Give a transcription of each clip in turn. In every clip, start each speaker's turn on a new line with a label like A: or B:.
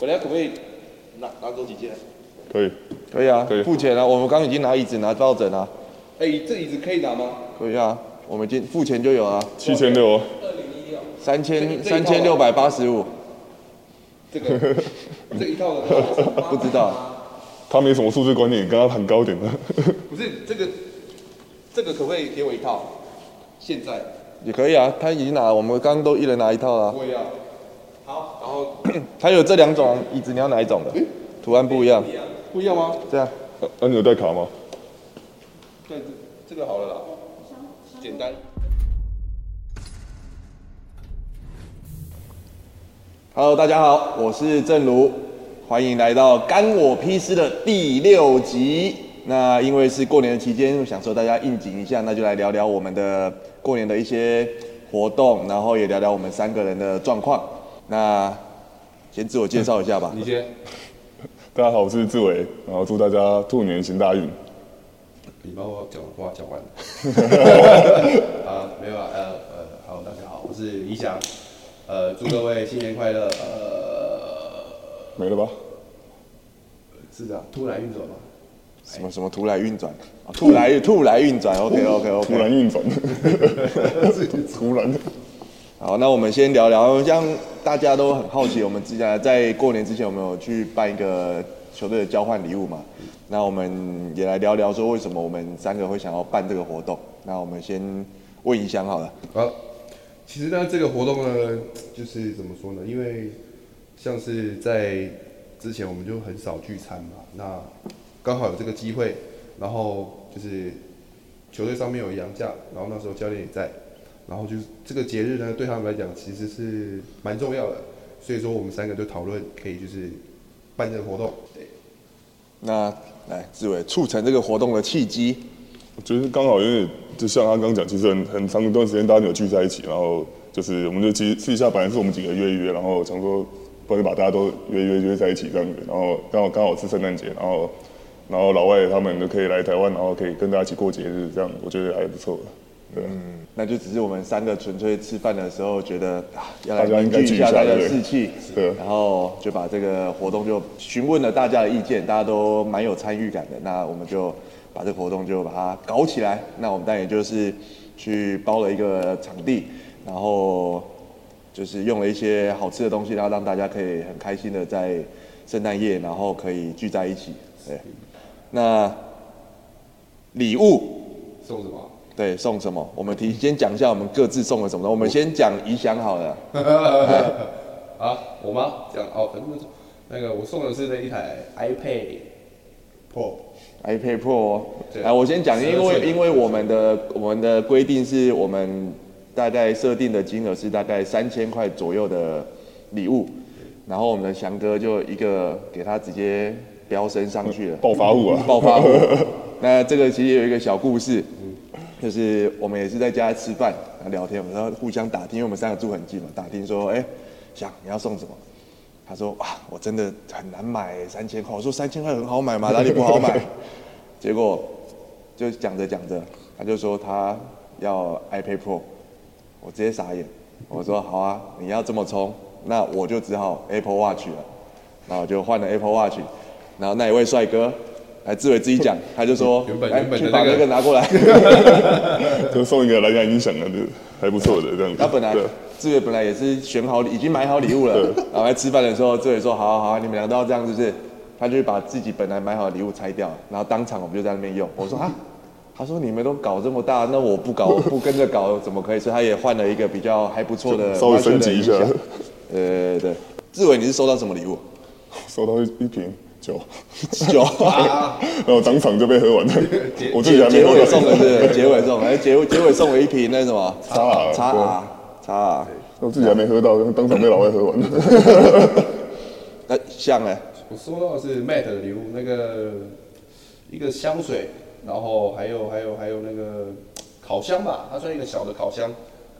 A: 回来可不可以拿拿走几件？
B: 可以，
C: 可以啊，
B: 可以
C: 付钱啊，我们刚刚已经拿椅子拿抱枕啊，
A: 哎、这椅子可以拿吗？
C: 可以啊，我们已经付钱就有啊，
B: 七千六哦，
C: 三千
A: 这这一
C: 三
A: 套啊
C: 千六百八十五，
A: 这个这一套的多少钱，
C: 不知道，
B: 他没什么数字观念，你跟他谈高点的。
A: 不是这个这个可不可以给我一套？现在
C: 也可以啊，他已经拿了，我们刚刚都一人拿一套啦、
A: 我也要。好，然后
C: 他有这两种椅子，你要哪一种的？图案不一样，
A: 不一样吗？
C: 这样
B: 那、啊、你有带卡吗？
A: 对，这这个好了啦，简单。
C: Hello，大家好，我是正如，欢迎来到《干我屁事》的第六集。那因为是过年的期间，想说大家应景一下，那就来聊聊我们的过年的一些活动，然后也聊聊我们三个人的状况。那先自我介绍一下吧。
B: 嗯
A: 你先，
B: 大家好，我是志伟，然后祝大家兔年行大运。
D: 你把我讲话讲完了。啊，没有啊，呃呃，好，大家好，我是李翔，呃，祝各位新年快乐。呃，
B: 没了吧？
D: 是的，突然运转 吗？
C: 什么什么突来运转，啊兔来兔来运转，OK OK
B: 突然
C: OK。
B: 运转， 突然。
C: 好，那我们先聊聊，像大家都很好奇，我们之前在过年之前，我们有去办一个球队的交换礼物嘛？那我们也来聊聊说，为什么我们三个会想要办这个活动？那我们先问一下好了，
D: 好，其实呢，这个活动呢，就是怎么说呢？因为像是在之前我们就很少聚餐嘛，那刚好有这个机会，然后就是球队上面有杨架，然后那时候教练也在，然后就是这个节日呢，对他们来讲其实是蛮重要的，所以说我们三个就讨论可以就是办这个活动。对，
C: 那来志伟促成这个活动的契机，
B: 我觉得刚好有点，就像他刚讲，其实很很长一段时间大家没有聚在一起，然后就是我们就其实私底下本来是我们几个约一约，然后想说，不然就把大家都约一约约在一起这样子，然后刚好刚好是圣诞节，然后然后老外他们就可以来台湾，然后可以跟大家一起过节日，这样我觉得还不错。对，
C: 那就只是我们三个纯粹吃饭的时候觉得啊，要来
B: 大家应
C: 凝
B: 该
C: 聚
B: 聚
C: 一
B: 一
C: 下
B: 下
C: 大家的
B: 对不对
C: 士气，
B: 是
C: 然后就把这个活动就询问了大家的意见，大家都蛮有参与感的，那我们就把这个活动就把它搞起来。那我们当然也就是去包了一个场地，然后就是用了一些好吃的东西，然后让大家可以很开心的在圣诞夜，然后可以聚在一起。对，那礼物
D: 送什么？
C: 对，送什么？我们提先讲一下我们各自送了什么。我们先讲怡翔好了。
D: 啊，我吗？讲哦，反正那个我送的是那一台 iPad Pro。
C: iPad Pro，哦
D: 对
C: 来我先讲，因为
D: 12寸
C: 因为我们的我们的规定是我们大概设定的金额是大概三千块左右的礼物，然后我们的翔哥就一个给他直接飙升上去了，
B: 暴发户啊！
C: 嗯爆发户。 那这个其实有一个小故事，就是我们也是在家吃饭然后聊天，我们然后互相打听，因为我们三个住很近嘛，打听说，哎、想你要送什么？他说哇，我真的很难买三千块。我说三千块很好 买吗？哪里不好买？结果就讲着讲着，他就说他要 iPad Pro，我直接傻眼。我说好啊，你要这么冲，那我就只好 Apple Watch 了。然后我就换了 Apple Watch，然后那一位帅哥，来志伟自己讲，他就说，
D: 原本
C: 来
D: 原本的
C: 去把
D: 那个
C: 那个拿过来。
B: 就送一个蓝牙音响啊，就还不错的这样子。
C: 他本来
B: 对啊
C: 志伟本来也是选好礼，已经买好礼物了，然后在吃饭的时候，志伟说：“好好好，你们俩都要这样，是不是？”他就把自己本来买好的礼物拆掉，然后当场我们就在那边用。我说啊，他说你们都搞这么大，那我不搞，我不跟着搞怎么可以？所以他也换了一个比较还不错呃的，
B: 稍微升级一下
C: 对。对对呃对，志伟你是收到什么礼 物？
B: 收到一一瓶酒，
C: 酒，
B: 然后当场就被喝完 了。我自己
C: 啊结
B: 还没
C: 结
B: 喝
C: 尾
B: 到。
C: 送的是结尾送，哎结尾结尾送我一瓶那什么
B: 差啊
C: 叉啊叉啊，
B: 我自己还没喝到，当场被老外喝 完了。
C: 那像呢？
D: 我收到的是 Matt 的礼物，那个一个香水，然后还有还有还有那个烤箱吧，它算一个小的烤箱，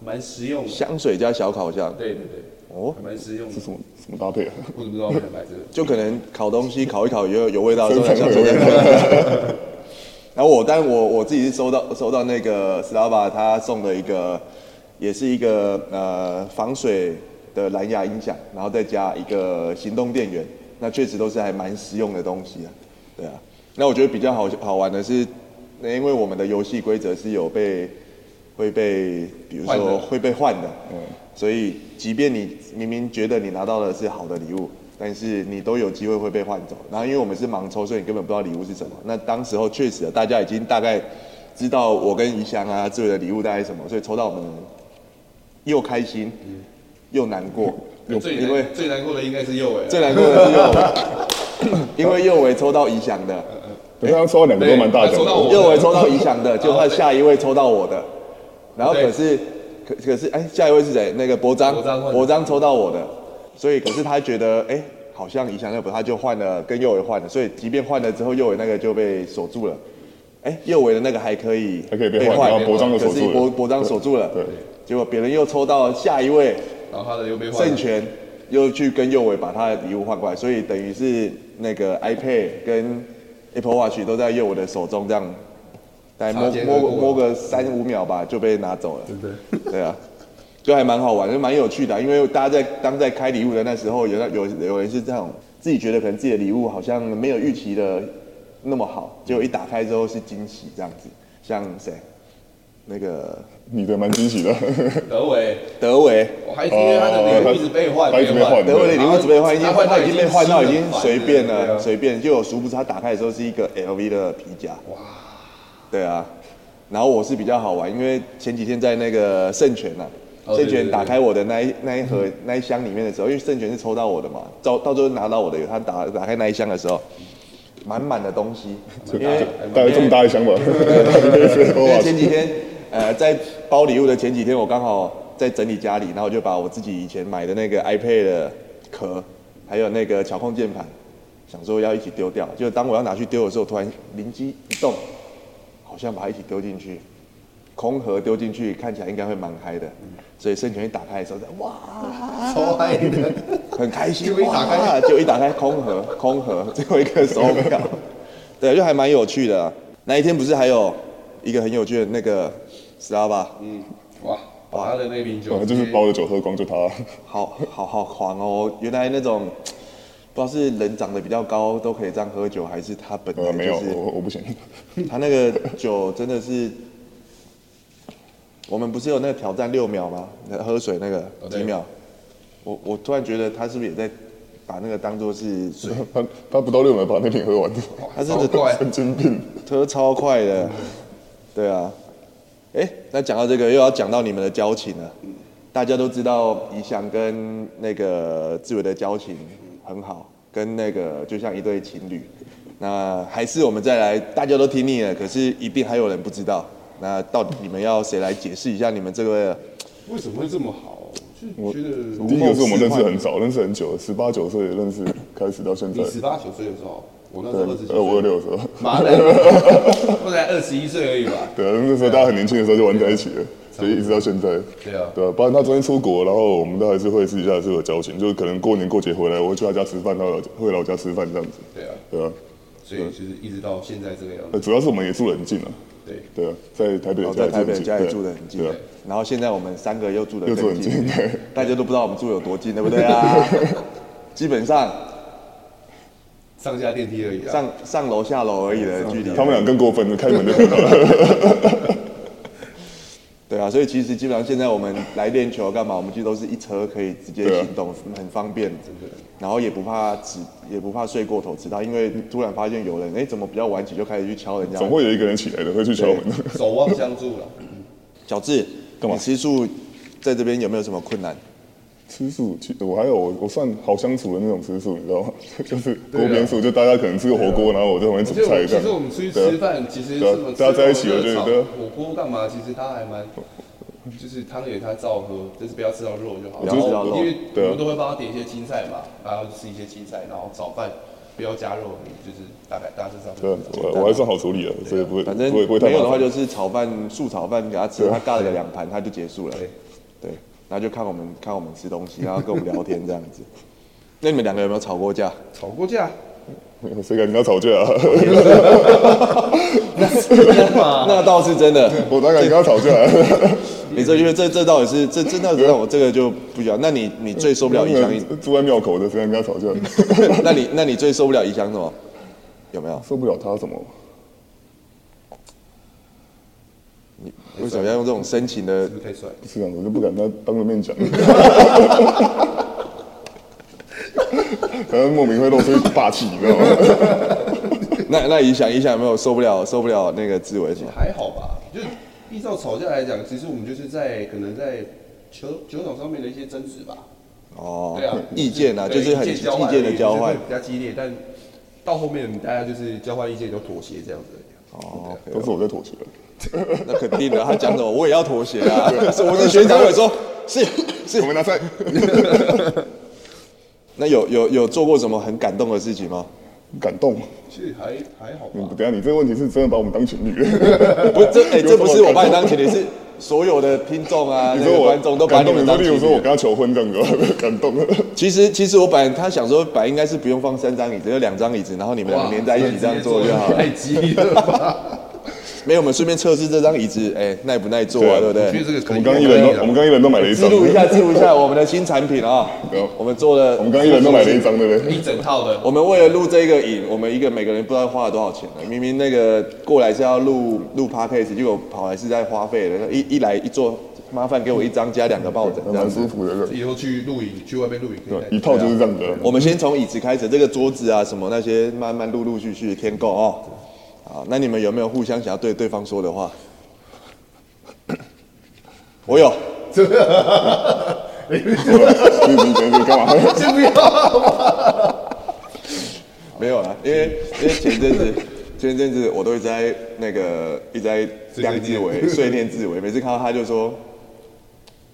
D: 蛮实用的。
C: 香水加小烤箱，
D: 对对对，
C: 哦
D: 还蛮实用的
B: 这。什么什么搭配啊？
D: 我怎么知道我没有买这个？
C: 就可能烤东西烤一烤有有味道，之后
B: 生
C: 想
B: 产
C: 说
B: 有味道
C: 然后我，但我我自己是收到收到那个 Strava 他送的一个，也是一个呃防水的蓝牙音响，然后再加一个行动电源，那确实都是还蛮实用的东西啊。对啊，那我觉得比较好好玩的是，那因为我们的游戏规则是有被会被，比如
A: 换
C: 说
A: 的
C: 会被换的，嗯，所以即便你明明觉得你拿到的是好的礼物，但是你都有机会会被换走。然后因为我们是盲抽，所以你根本不知道礼物是什么。那当时候确实啊大家已经大概知道我跟怡翔啊之类的礼物大概是什么，所以抽到我们又开心又难过，
A: 最
C: 因为
A: 难最难过的应该是右尾了，
C: 最难过的是 右伟，因为右伟抽到怡翔的，
B: 可是他抽到两个都蛮大奖
A: 对他抽到
B: 的，
A: 我
C: 右伟抽到怡翔
B: 哦
C: 的，就换下一位抽到我的，然后
A: 对
C: 可是可可是哎、下一位是谁？那个博章
A: 博章，换
C: 博章抽到我的，所以可是他觉得哎、好像怡翔那不，他就换了跟右伟换了，所以即便换了之后，右伟那个就被锁住了。哎、右伟的那个还可以
B: 还可以被换然后博章就
C: 可
B: 锁
C: 是
B: 住了
C: 博博章锁住了，
B: 对，
C: 结果别人又抽到下一位，
A: 然后他的又被换
C: 圣
A: 了，
C: 权又去跟右伟把他的礼物换过来，所以等于是那个 iPad 跟 Apple Watch 都在右伟的手中这样，大概摸
A: 擦肩而
C: 摸
A: 过啊
C: 摸个三五秒吧就被 拿走了。
D: 对
C: 对啊，就还蛮好玩，就蛮有趣的啊、因为大家在当在开礼物的那时候，有那有有人是这种自己觉得可能自己的礼物好像没有预期的那么好，结果一打开之后是惊喜这样子。像谁？那个
B: 你的蛮惊喜的，
A: 德伟，
C: 德维，
A: 我还是因为他的礼物一直被换，
B: 他哦一直被换
C: 德伟的礼物准备换，已经
A: 他换
C: 他
A: 到
C: 已经被换到已经随便
A: 对
C: 了，
A: 啊
C: 随便。就有殊不知他打开的时候是一个 LV 的皮夹。哇！对啊，然后我是比较好玩，因为前几天在那个圣泉呐、啊，
A: 哦
C: 圣
A: 对对
C: 泉
A: 对嗯
C: 打开我的那一那一盒那一箱里面的时候，因为圣泉是抽到我的嘛，到到最后拿到我的，他打打开那一箱的时候，满满的东西，因为
B: 大概这么大一箱吧，
C: 因
D: 哦
C: 为前几天，呃，在包礼物的前几天，我刚好在整理家里，然后我就把我自己以前买的那个 iPad 的壳，还有那个巧控键盘，想说要一起丢掉。就当我要拿去丢的时候，突然灵机一动，好像把它一起丢进去，空盒丢进去，看起来应该会蛮嗨的。所以圣泉一打开的时候，哇，
D: 超爱 的，
C: 很开心，
D: 结果一打开
C: 哇，就一打开空盒，空盒，最后一个手表，对，就还蛮有趣的啊、那一天不是还有一个很有趣的那个 Strava，
A: 哇，把他的那瓶酒
B: 啊 就是把我的酒喝光，就他，
C: 好好好狂哦！原来那种不知道是人长得比较高都可以这样喝酒，还是他本
B: 呃，
C: 来
B: 没
C: 就
B: 有，
C: 是、
B: 我我不行，
C: 他那个酒真的是，我们不是有那个挑战六秒吗？那喝水那个
A: 哦对
C: 几秒，我我突然觉得他是不是也在把那个当做是水？
B: 他他不到六秒把那瓶喝完，
C: 他真
A: 好
C: 的
A: 怪，
B: 神经病。
C: 车超快的，对啊。哎、那讲到这个，又要讲到你们的交情了。大家都知道怡翔跟那个志伟的交情很好，跟那个就像一对情侣。那还是我们再来，大家都听腻了，可是一定还有人不知道。那到底你们要谁来解释一下你们这个？
D: 为什么会这么好？就觉得
B: 第一个是我们认识很早，认识很久，十八九岁认识，开始到现在
D: 你，十八九岁的时候，我那时
B: 对
D: 候二十几，岁，
B: 二五二六的时候，
A: 妈 的，不才二十一岁而已吧？
B: 对啊，那时候大家很年轻的时候就玩在一起了，所以一直到现在。
A: 对啊
B: 对啊，不然他昨天出国，然后我们都还是会私底下还是有交情，就是可能过年过节回来，我会去他家吃饭，他老会来我家吃饭这样子。
A: 对啊，
B: 对啊，
A: 所以就是一直到现在这个样子，
B: 呃，主要是我们也住得很近啊。
A: 对，
B: 对啊，在台北
C: 然
B: 的
C: 后哦在
B: 家
C: 台
B: 也
C: 北
B: 住
C: 家
B: 很
C: 里
B: 近，
C: 住
B: 对
C: 得
B: 啊
C: 很近
B: 对啊，
C: 然后现在我们三个又住得
B: 又住
C: 更
B: 很
C: 近，
B: 近，对。
C: 大家都不知道我们住有多近，对不对 啊？基本上
A: 上下电梯而已啊。
C: 上上楼下楼而已的距离。
B: 啊他们俩更过分了，开门就看到了。
C: 对啊，所以其实基本上现在我们来练球干嘛？我们其实都是一车可以直接
B: 对啊
C: 行动，很方便，然后也不怕迟，也不怕睡过头迟到，因为突然发现有人哎、诶怎么比较晚起就开始去敲人家。
B: 总会有一个人起来的，会去敲门的。
A: 守望相助 了，
C: 小智，
B: 干嘛
C: 你吃素在这边有没有什么困难？
B: 吃素，其我还有我我算好相处的那种吃素，你知道吗？ 就是锅边素，就大家可能吃个火锅，然后我在旁
A: 我
B: 边煮
A: 觉啊得我们
B: 菜
A: 其
B: 这样。
A: 实我们出去
B: 对啊
A: 吃饭，其实
B: 对啊
A: 什么
B: 大家在一起我
A: 吃
B: 觉
A: 火
B: 得
A: 锅火锅干嘛，其实他还蛮，就是汤也他照喝，就是不要吃到肉就好。
C: 不要吃到肉
A: 因为我
B: 对啊
A: 们都会帮他点一些青菜嘛，然后吃一些青菜，然后早饭不要加肉，就是大概大致上
B: 对
A: 就是
B: 啊
A: 这样。
B: 我我还算好处理的，所
A: 啊
B: 以不会
C: 反正
B: 不会不会太
C: 没有
B: 麻
C: 的话
B: 烦。
C: 就是炒饭、素炒饭给他吃，他尬了个两盘，他就结束了。
A: 对
C: 对，然后就看我们看我们吃东西，然后跟我们聊天这样子。那 你们两个有没有吵过架？
D: 吵过架，
B: 谁敢跟他吵架啊？啊
C: 那倒是真的。
B: 我大概跟他吵架啊了。
C: 你这因为这这倒也是这这倒是让我这个就不讲。那你你最受不了影响一，
B: 住在庙口的，虽然跟他吵架，
C: 那你那你最受不了影响什么？有没有？
B: 受不了他什么？
C: 为什么要用这种深情的
D: 是不是太帅？
B: 不是啊，我就不敢跟他当着面讲， 可能莫名会露出一股霸气，你知道吗？
C: 那那影响影响有没有受不了受不了那个自为什么？
D: 还好吧，就是依照吵架来讲，其实我们就是在可能在球球场上面的一些争执吧。
C: 哦
D: 对啊，，
C: 意见啊，
D: 对
C: 就是很
D: 意见交换
C: 意见的交换
D: 就是会。比较激烈，但到后面大家就是交换意见就妥协这样子而已。
C: 哦，
B: 都是我在妥协。
C: 那肯定的，他讲什么我也要妥协啊。是我的学长也说，是
B: 我
C: 是。
B: 们拿赛，
C: 那有有有做过什么很感动的事情吗？
B: 感动。
D: 其实还还好
B: 嗯
D: 吧，
B: 等一下，你这个问题是真的把我们当情侣？
C: 不是，这哎、
B: 有
C: 这不
B: 什么
C: 是我
B: 感
C: 把你
B: 动
C: 当情侣，是所有的听众啊，
B: 你
C: 那
B: 说
C: 个
B: 我
C: 观众都把
B: 感
C: 你
B: 动，
C: 们
B: 你说
C: 当
B: 例
C: 情
B: 如说我
C: 侣
B: 跟。他求婚这样子， 感动。
C: 其实其实我本来他想说，本来应该是不用放三张椅子，就两张椅子，然后你们两个连在一起这样坐就好了。
D: 太激烈了吧？
C: 没有，我们顺便测试这张椅子，哎、耐不耐坐啊，对
B: 对
C: 不
D: 其
C: 对
D: 实？这个可
B: 我
D: 以
B: 们刚一人都，我们刚一人都买了一
C: 啊记
B: 张，
C: 录一下，记录一下我们的新产品啊
B: 有！
C: 我们做了，
B: 我们刚一人都买了一张，对不对？
D: 一整套的，
C: 我们为了录这个影，我们一个每个人不知道花了多少钱了。明明那个过来是要录录 podcast，结果跑来是在花费的。一一来一坐，麻烦给我一张加两个抱枕这样
B: 蛮
C: 子。
B: 舒服的，这个
D: 以后去露营，去外面露营可以带
B: 一套就是这样子。
C: 我们先从椅子开始，这个桌子啊什么那些，慢慢陆陆续续添购哦。好，那你们有没有互相想要对对方说的话？ 我有，
B: 你你你你干 嘛？
D: 先不要，
C: 没有啦，因为因为前阵子 前阵子我都一直在那个一直在梁志伟碎念志伟，每次看到他就说。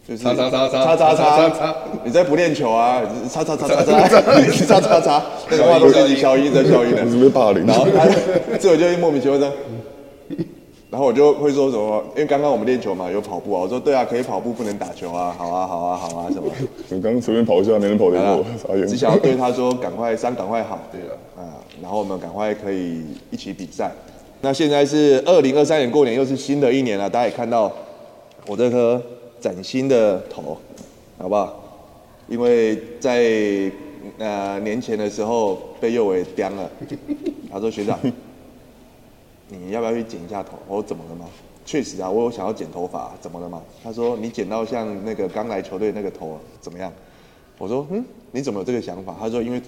C: 就是
D: 叉叉叉叉
C: 叉叉
D: 叉叉
C: 叉
D: 叉
C: 你在不练球啊？叉叉叉 叉叉，你叉叉叉，那个话都是消音的消音的
B: 你。是不是霸凌？
C: 然后他这我就莫名其妙这样，然后我就会说什么，因为刚刚我们练球嘛，有跑步啊，我说对啊，可以跑步，不能打球啊，好啊，好啊，好啊，什么，
B: 我刚随便跑一下，没人跑得
C: 啊
B: 过，傻眼。
C: 只 想要对他说赶快伤，赶快好，
D: 对了，
C: 啊，然后我们赶快可以一起比赛。那现在是二零二三年过年，又是新的一年了，大家也看到我这颗崭新的头，好不好？因为在呃年前的时候被右伟刁了，他说学长，你要不要去剪一下头？我说怎么了吗？确实啊，我有想要剪头发，怎么了嘛？他说你剪到像那个刚来球队那个头啊怎么样？我说嗯，你怎么有这个想法？他说因为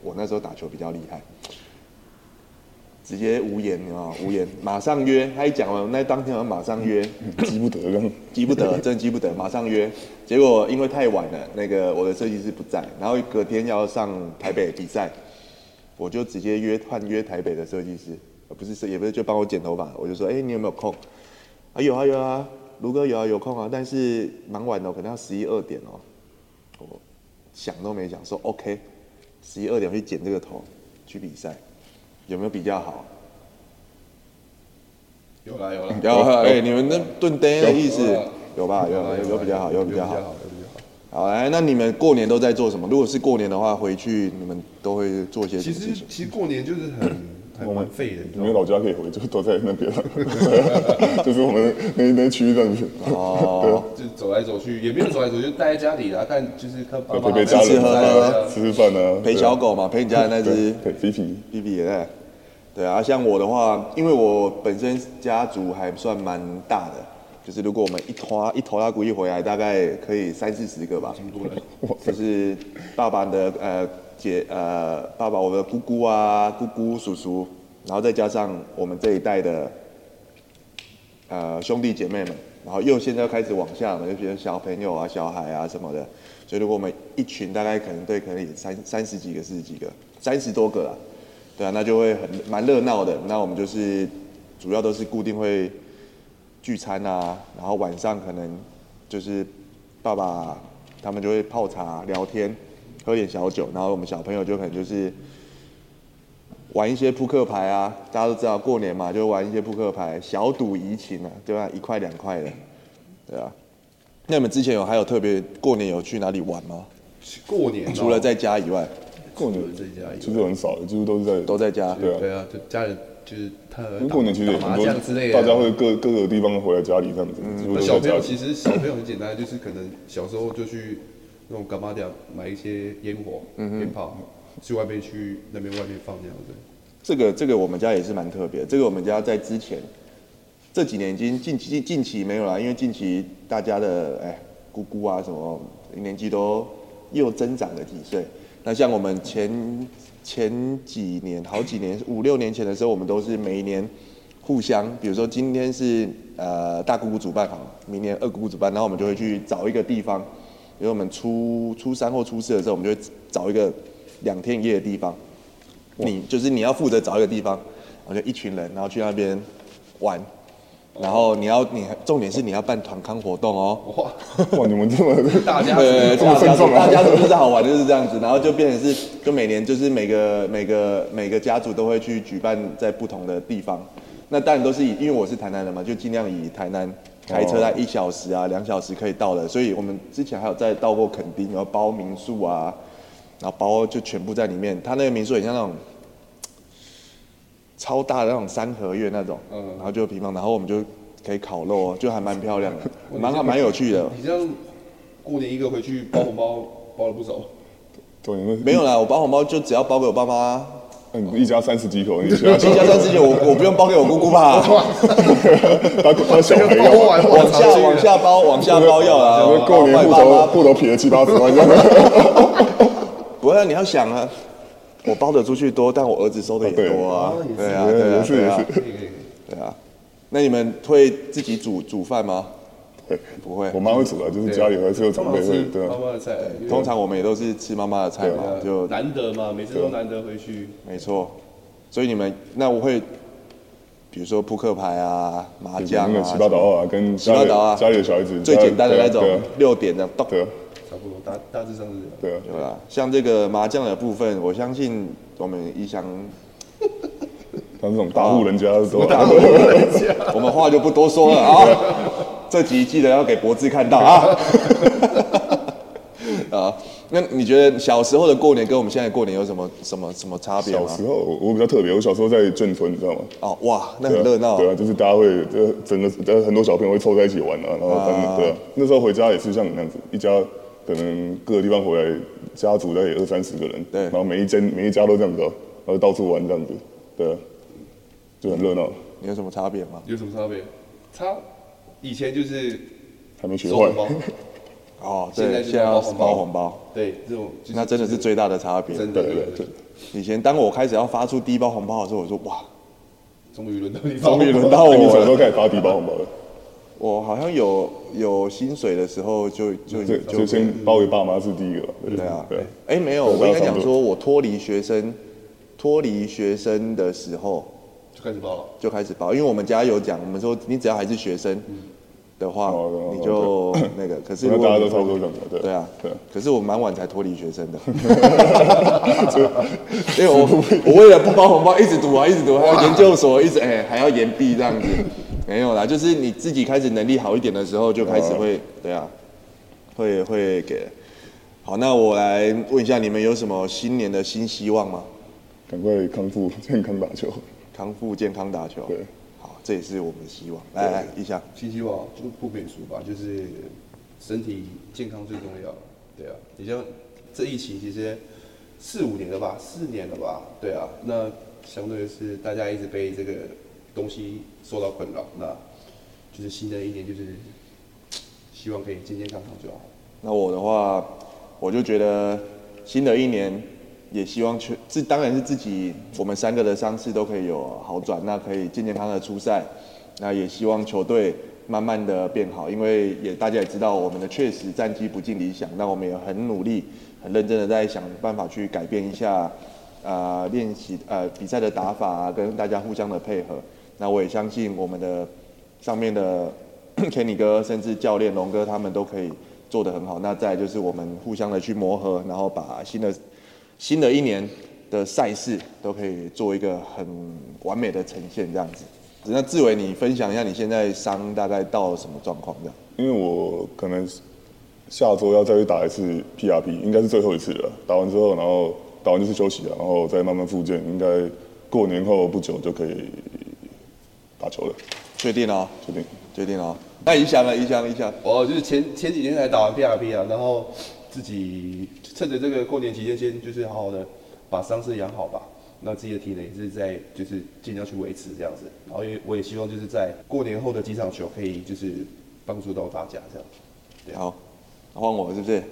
C: 我那时候打球比较厉害，直接无言啊，无言，马上约。他一讲完，那当天晚上马上约，
B: 急不得，刚
C: 急不 得，真的急不得，马上约。结果因为太晚了，那个我的设计师不在，然后隔天要上台北比赛，我就直接约换约台北的设计师，呃不是设也不是就帮我剪头发，我就说，哎、你有没有空？啊有啊有啊，卢哥有啊有空啊，但是蛮晚的哦，可能要十一二点哦。我想都没想，说 OK，十一二点去剪这个头，去比赛，有没有比较好？
D: 有啦有啦，
C: 有啊，哎、你们那顿呆的意思有啊吧？有
D: 啦
C: 有有比较好，有比较好
D: 有。比较好。
C: 好，来，那你们过年都在做什么？如果是过年的话，回去你们都会做些什
D: 其
C: 么事
D: 实
C: 情？
D: 其实过年就是很很蛮废的，你知道吗
B: 没有？老家可以回，就都在那 边了，就是我们那那区这样子。
C: 哦，
D: 就走来走去，也没有走来走去，就待在家里啦。但就是看爸爸
B: 陪陪家
C: 吃吃
B: 人
C: 喝喝
B: 啊，吃吃饭啊，
C: 陪小狗嘛，陪你家的那
B: 对
C: 只
B: 陪皮皮，
C: B B 也在。对啊，像我的话，因为我本身家族还算蛮大的，就是如果我们一拖一头拉骨一回来，大概可以三四十个吧。
D: 很多人，
C: 就是爸爸的呃姐呃爸爸我的姑姑啊姑姑叔叔，然后再加上我们这一代的呃兄弟姐妹们，然后又现在又开始往下嘛，就比如小朋友啊小孩啊什么的，所以如果我们一群大概可能对可能也三三十几个四十几个三十多个啦，对啊，那就会很蛮热闹的。那我们就是主要都是固定会聚餐啊，然后晚上可能就是爸爸他们就会泡茶聊天，喝点小酒，然后我们小朋友就可能就是玩一些扑克牌啊，大家都知道过年嘛，就玩一些扑克牌，小赌怡情啊，对吧？一块两块的，对啊。那你们之前有还有特别过年有去哪里玩吗？
D: 过年哦
C: 除了在家以外，
B: 过年
D: 在家以外
B: 其实很少，几乎都是在
C: 都在家。
B: 对啊，
D: 对啊，就家人就是他
B: 因为过年其实有
D: 打
B: 很
D: 麻
B: 多
D: 将之类的，
B: 大家会各各个地方回来家里这样子，几乎
D: 那
B: 都
D: 小
B: 在
D: 朋
B: 家
D: 友
B: 里。
D: 其实小朋友很简单，就是可能小时候就去那种干妈店买一些烟火、
B: 嗯
D: 烟炮，去外面去那边外面放这样子。
C: 这个这个我们家也是蛮特别的，这个我们家在之前这几年已经近期近近期没有啦，因为近期大家的哎姑姑啊什么年纪都又增长了几岁。那像我们前前几年好几年五六年前的时候，我们都是每一年互相，比如说今天是呃大姑姑主办好了，明年二姑姑主办，然后我们就会去找一个地方，比如我们初初三或初四的时候，我们就会找一个两天一夜的地方。你就是你要负责找一个地方，然后就一群人，然后去那边玩，然后你要你重点是你要办团康活动哦。
D: 哇，
B: 哇，你们这么
D: 大家
C: 对，
D: 子
B: 这么
C: 大家
B: 慎重啊
C: 大家都是好玩就是这样子，然后就变成是，就每年就是每个每个每个家族都会去举办在不同的地方，那当然都是以，因为我是台南人嘛，就尽量以台南开车在一小时啊、两小时可以到的，所以我们之前还有再到过垦丁，然后包民宿啊，然后包就全部在里面，他那个民宿很像那种。超大的那种三合院那种，然后就平房，然后我们就可以烤肉哦，就还蛮漂亮的，蛮好蛮有趣的。哦
D: 你这样过年一个回去包红包包了 不少，
B: 对，你们
C: 没有啦，我包红包就只要包给我爸 妈啊，
B: 那哎你一家三十几口， 你全
C: 一家 三十九，我我不用包给我姑姑吧？
B: 打打小孩 要
D: 完
C: 往下往下包，往下包要
B: 我
C: 啦
B: 们。过年
C: 我
B: 户
C: 爸
B: 头
C: 妈
B: 户头撇了七八十万这样。
C: 不要，你要想啊，我包的出去多，但我儿子收的也多 啊。 对啊，对啊，
B: 哦也是
C: 对啊
B: 也，是，
C: 对啊。那你们会自己煮煮饭 吗？不会
B: 我。妈会煮啊，就是家里还是有长
D: 通
B: 辈
D: 常
B: 会
D: 是
B: 对
D: 妈
B: 啊。
D: 妈的菜，因为
C: 通常我们也都是吃妈妈的菜嘛，就
D: 呃难得嘛，每次都难得回去。
C: 没错。所以你们那我会，比如说扑克牌啊、麻将
B: 那
C: 啊
B: 个，七八岛啊，跟
C: 洗
B: 家
C: 八
B: 里
C: 岛啊，
B: 家里的小孩子
C: 最简单的那
B: 对啊
C: 种，六点这样咚
B: 对啊
D: 差不多，大大致上是这样。
B: 对啊，对啊
C: 对吧？像这个麻将的部分，我相信我们一翔，
B: 像这种大户人家都
C: 哦我们话就不多说了啊。这集记得要给博智看到啊。 啊，那你觉得小时候的过年跟我们现在的过年有什么什么什么差别
B: 小
C: 吗
B: 时？候我我比较特别，我小时候在眷村，你知道吗？
C: 哦，哇，那
B: 对
C: 很
B: 啊
C: 热闹
B: 对。啊，就是大家会，就整个呃很多小朋友会凑在一起玩啊，然后反正对啊，那时候回家也是像你那样子，一家可能各个地方回来，家族大概也二三十个人，
C: 对
B: 然后每一间每一家都这样子哦，然后到处玩这样子，对啊，就很热闹，
C: 你有什么差别吗？
D: 有什么差别？差以前就是
B: 还没学
D: 收
B: 坏
D: 红， 包，
C: 哦，
D: 现在
C: 对，
D: 就
C: 现
D: 是
C: 在要
D: 包红包
C: 包红包，
D: 对这种就是
C: 那真的是最大的差别。
D: 真的
B: 对对对，
C: 以前当我开始要发出第一包红包的时候，我说哇，
D: 终于轮到你，
C: 终于轮到我
B: 哎那你什么
C: 了
B: 时。候开始发低包红包的？
C: 我好像有有薪水的时候就就
B: 对，
C: 就
B: 就先包给爸妈是第一个吧，
C: 对啊
B: 对啊，，
C: 哎没有，
B: 对
C: 我应该
B: 差不
C: 讲
B: 多
C: 说我脱离学生脱离学生的时候
D: 就开始包了。
C: 就开始包，因为我们家有讲，我们说你只要还是学生的话
B: 哦哦哦，
C: 你就那个，可是
B: 那
C: 如果
B: 大家都
C: 你
B: 差不多这样子，对
C: 对啊
B: 对啊，
C: 可是我蛮晚才脱离学生 的，因为我我为了不包红包，一直读啊，一直读，还有研究所，一直哎、还要延毕这样子，没有啦，就是你自己开始能力好一点的时候，就开
B: 嗯
C: 始会，对啊，会会给。好，那我来问一下，你们有什么新年的新希望吗？
B: 赶快康复健康打球，
C: 康复健康打球，
B: 对，
C: 好，这也是我们的希望。来来，一下，
D: 新希望就不免俗吧，就是身体健康最重要。对啊，你像这疫情其实四五年了吧，四年了吧，对啊，那相对的是大家一直被这个东西受到困扰，那就是新的一年就是希望可以健健康康就好。
C: 那我的话，我就觉得新的一年也希望全自当然是自己我们三个的伤势都可以有好转，那可以健健康康的出赛，那也希望球队慢慢的变好，因为也大家也知道我们的确实战绩不尽理想，那我们也很努力、很认真的在想办法去改变一下。呃，练习呃比赛的打法啊，跟大家互相的配合。那我也相信我们的上面的 Kenny 哥，甚至教练龙哥他们都可以做得很好。那再来就是我们互相的去磨合，然后把新的新的一年的赛事都可以做一个很完美的呈现，这样子。那志伟，你分享一下你现在伤大概到什么状况？这样
B: 因为我可能下周要再去打一次 PRP，应该是最后一次了。打完之后，然后打完就是休息了，然后再慢慢复健，应该过年后不久就可以打球了，
C: 确定哦，
B: 确定。
C: 确定哦。那怡翔呢？怡翔，怡翔，
D: 我就是前前几天才打完 PRP 啊，然后自己趁着这个过年期间，先就是好好的把伤势养好吧。那自己的体能也是在就是尽量去维持这样子，然后也我也希望就是在过年后的几场球可以就是帮助到大家这样。
C: 好，换我是不是？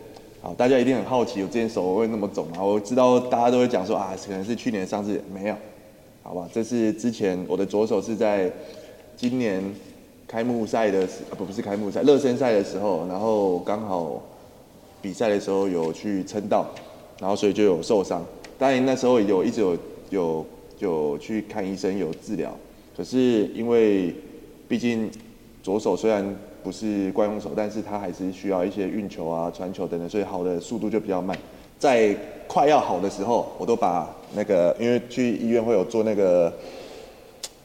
C: 好，大家一定很好奇我这件手会那么肿啊！我知道大家都会讲说啊，可能是去年、上次没有，好吧？这是之前我的左手是在今年开幕赛的时，啊不不是开幕赛，热身赛的时候，然后刚好比赛的时候有去撑到，然后所以就有受伤。当然那时候有一直有有有去看医生有治疗，可是因为毕竟左手虽然不是惯用手，但是它还是需要一些运球啊、传球等等，所以好的速度就比较慢。在快要好的时候，我都把那个，因为去医院会有做那个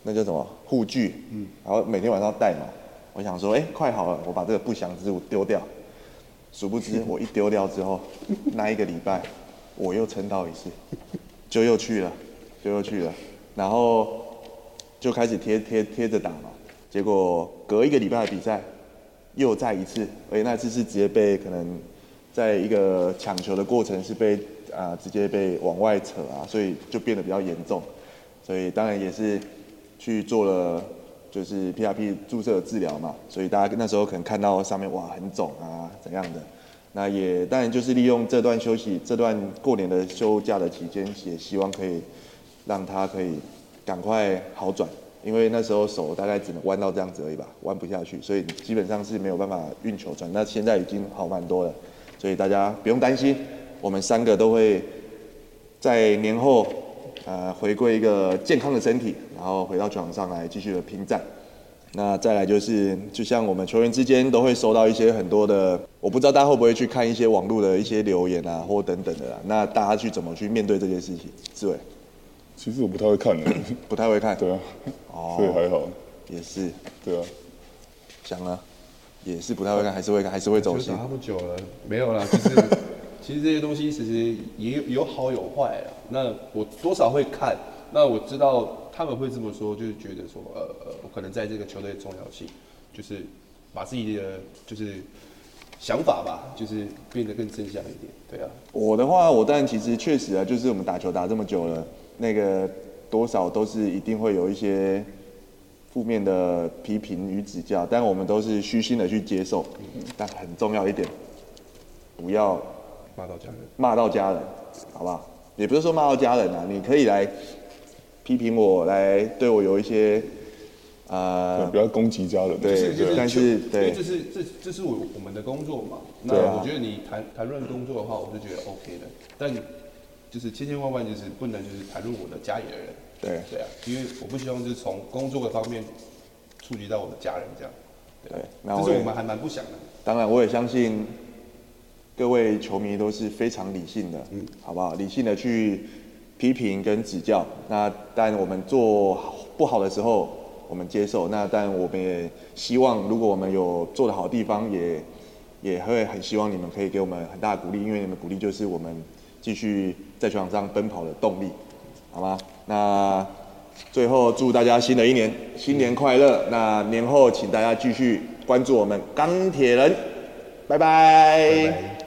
C: 那叫什么护具，嗯，然后每天晚上戴嘛。我想说，哎、快好了，我把这个不祥之物丢掉。殊不知我一丢掉之后，那一个礼拜我又撑到一次，就又去了，就又去了，然后就开始贴贴贴着打嘛。结果隔一个礼拜的比赛又再一次，而且那次是直接被可能在一个抢球的过程是被啊、直接被往外扯啊，所以就变得比较严重。所以当然也是去做了就是 PRP 注射的治疗嘛，所以大家那时候可能看到上面哇很肿啊怎样的，那也当然就是利用这段休息、这段过年的休假的期间，也希望可以让它可以赶快好转，因为那时候手大概只能弯到这样子而已吧，弯不下去，所以基本上是没有办法运球转。那现在已经好蛮多了，所以大家不用担心，我们三个都会在年后呃回归一个健康的身体，然后回到球场上来继续的拼战。那再来就是，就像我们球员之间都会收到一些很多的，我不知道大家会不会去看一些网络的一些留言啊，或等等的啊。那大家去怎么去面对这件事情？志伟
B: 其实我不太会看的，
C: 不太会看，
B: 对啊，
C: 哦
B: 所以还好，
C: 也是
B: 对啊，
C: 想呢，也是不太会看，还是会看，还是会走
D: 就
C: 心
D: 打。那么久了，没有啦，就是 其实这些东西其实也有有好有坏啦。那我多少会看，那我知道他们会这么说，就是觉得说，呃呃，我可能在这个球队的重要性，就是把自己的就是想法吧，就是变得更正向一点，对啊。
C: 我的话，我当然其实确实啊，就是我们打球打这么久了，那个多少都是一定会有一些负面的批评与指教，但我们都是虚心的去接受。但很重要一点，不要
D: 骂到家人，
C: 骂到家人，好不好？也不是说骂到家人啊，你可以来批评我，来对我有一些
B: 对
C: 呃
B: 不要攻击家人，
C: 对
D: 就是
C: 但
D: 就是因为
C: 对
D: 这是这这是我我们的工作嘛。那
C: 对啊
D: 我觉得你谈谈论工作的话，我就觉得 OK 的，但就是千千万万就是不能就是谈论我的家里的人。
C: 对
D: 对啊，因为我不希望就是从工作的方面触及到我的家人这样，
C: 对，那
D: 这
C: 我
D: 是我
C: 也
D: 们还蛮不想的。
C: 当然，我也相信各位球迷都是非常理性的，嗯，好不好？理性的去批评跟指教。那但我们做好不好的时候，我们接受。那但我们也希望，如果我们有做的好地方，也也会很希望你们可以给我们很大的鼓励，因为你们鼓励就是我们继续在球场上奔跑的动力，好吗？那最后祝大家新的一年新年快乐。那年后请大家继续关注我们钢铁人，拜拜
D: 拜拜